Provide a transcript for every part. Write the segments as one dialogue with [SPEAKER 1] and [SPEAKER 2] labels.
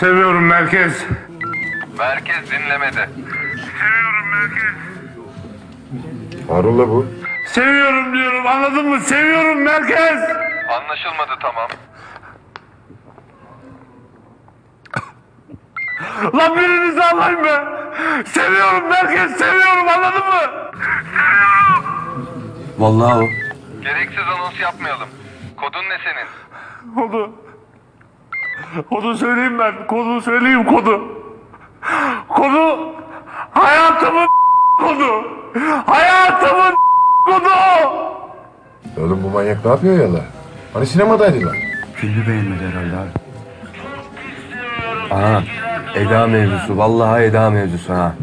[SPEAKER 1] Seviyorum merkez.
[SPEAKER 2] Merkez dinlemede.
[SPEAKER 1] Seviyorum merkez.
[SPEAKER 3] Harun'la bu.
[SPEAKER 1] Seviyorum diyorum anladın mı? Seviyorum merkez.
[SPEAKER 2] Anlaşılmadı tamam.
[SPEAKER 1] Lan birinizi alayım be. Seviyorum merkez seviyorum anladın mı?
[SPEAKER 4] Vallahi o.
[SPEAKER 2] Gereksiz anons yapmayalım. Kodun ne senin?
[SPEAKER 1] Kodu. Kodu söyleyeyim ben. Kodu söyleyeyim kodu. Kodu hayatımın kodu. Hayatımın kodu.
[SPEAKER 3] E Oğlum bu manyak ne yapıyor ya la? Hani sinemadaydılar.
[SPEAKER 4] Filmi beğenmedi herhalde abi. Aha. Eda mevzusu. Vallahi Eda mevzusu ha.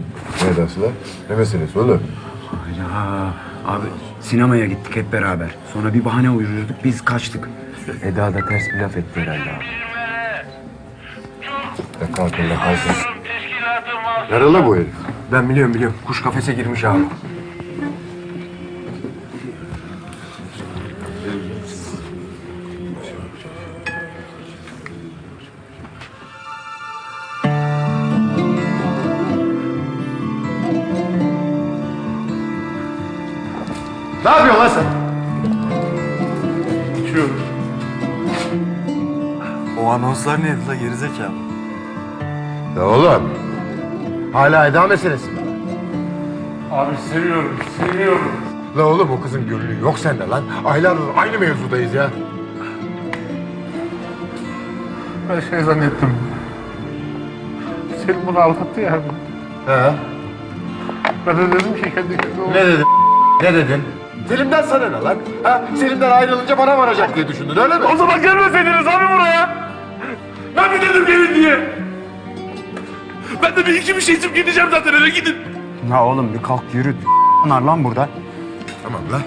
[SPEAKER 3] Ne dersi la? Ne meselesi oğlum?
[SPEAKER 5] Ya abi sinemaya gittik hep beraber. Sonra bir bahane uydurduk biz kaçtık.
[SPEAKER 4] Eda da ters bir laf etti herhalde abi.
[SPEAKER 3] Ya kalkın la kalkın.
[SPEAKER 2] Teşkilatı mahsus.
[SPEAKER 3] Yaralı bu herif.
[SPEAKER 4] Ben biliyorum biliyorum. Kuş kafese girmiş abi.
[SPEAKER 3] Ne yapıyorsun lan sen?
[SPEAKER 1] İçiyorum.
[SPEAKER 4] O anonslar neydi la gerizekalı?
[SPEAKER 3] Ya oğlum. Hala Eda meselesi mi?
[SPEAKER 1] Abi seviyorum seviyorum.
[SPEAKER 3] La oğlum o kızın gönlü yok sende lan. Aylardır aynı mevzudayız ya.
[SPEAKER 1] Ben şey zannettim. Selim bunu aldattı ya.
[SPEAKER 3] He?
[SPEAKER 1] Ben de dedim ki kendi kendime.
[SPEAKER 3] Ne dedin? Ne dedin? Selim'den sana ne lan? Ha? Selim'den ayrılınca bana varacak diye düşündün öyle mi?
[SPEAKER 1] O zaman gelmeseydiniz abi buraya. Ben mi dedim gelin diye? Ben de bir iki bir şey içip gideceğim zaten eve gidin.
[SPEAKER 5] Ya oğlum bir kalk yürü. Anar lan burada.
[SPEAKER 3] Tamam lan.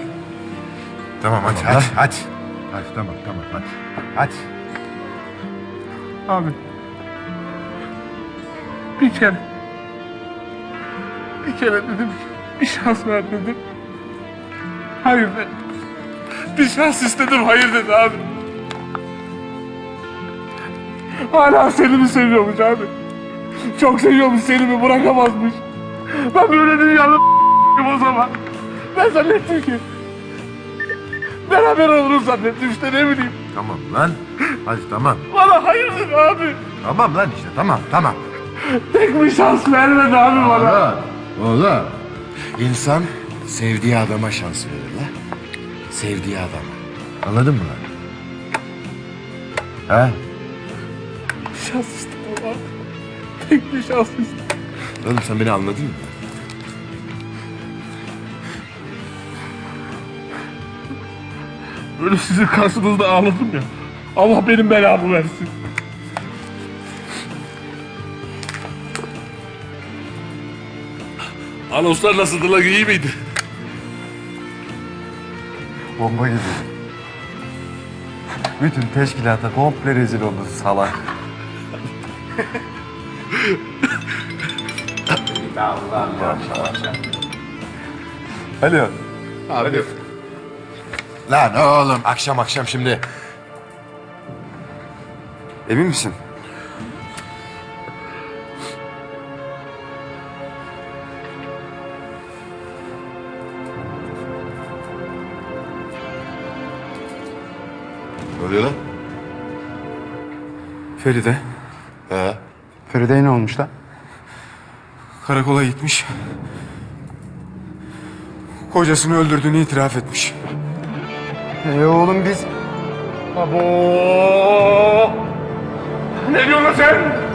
[SPEAKER 3] Tamam hadi hadi. Hadi. Hadi tamam tamam hadi. Hadi.
[SPEAKER 1] Abi. Bir kere. Bir kere dedim ki bir şans ver dedim. Hayır dedi. Bir şans istedim hayır dedi abi. Hala Selim'i seviyormuş abi. Çok seviyormuş Selim'i bırakamazmış. Ben böyle dünyanın o zaman. Ben zannettim ki. Beraber oluruz zannettim işte ne bileyim.
[SPEAKER 3] Tamam lan. Hadi tamam.
[SPEAKER 1] Bana hayırdır abi.
[SPEAKER 3] Tamam lan işte tamam tamam.
[SPEAKER 1] Tek bir şans vermedi abi bana.
[SPEAKER 3] Oğlum. İnsan sevdiği adama şans verir lan. Sevdiği adama. Anladın mı lan? Ha?
[SPEAKER 1] Şans istedim abi. Tek bir şans istedim.
[SPEAKER 3] Oğlum sen beni anladın mı?
[SPEAKER 1] Böyle sizin karşınızda ağladım ya. Allah benim belamı versin. Anonslar nasıldı lan iyi miydi?
[SPEAKER 4] Bomba gibi. Bütün teşkilata komple rezil oldu salak. Alo.
[SPEAKER 3] Lan oğlum akşam akşam şimdi.
[SPEAKER 4] Emin misin?
[SPEAKER 3] Ne oluyor lan?
[SPEAKER 4] Feride
[SPEAKER 3] He.
[SPEAKER 5] Feride'ye ne olmuş lan?
[SPEAKER 4] karakola gitmiş. Kocasını öldürdüğünü itiraf etmiş.
[SPEAKER 5] E oğlum biz
[SPEAKER 1] Abo! Ne diyorsun lan sen?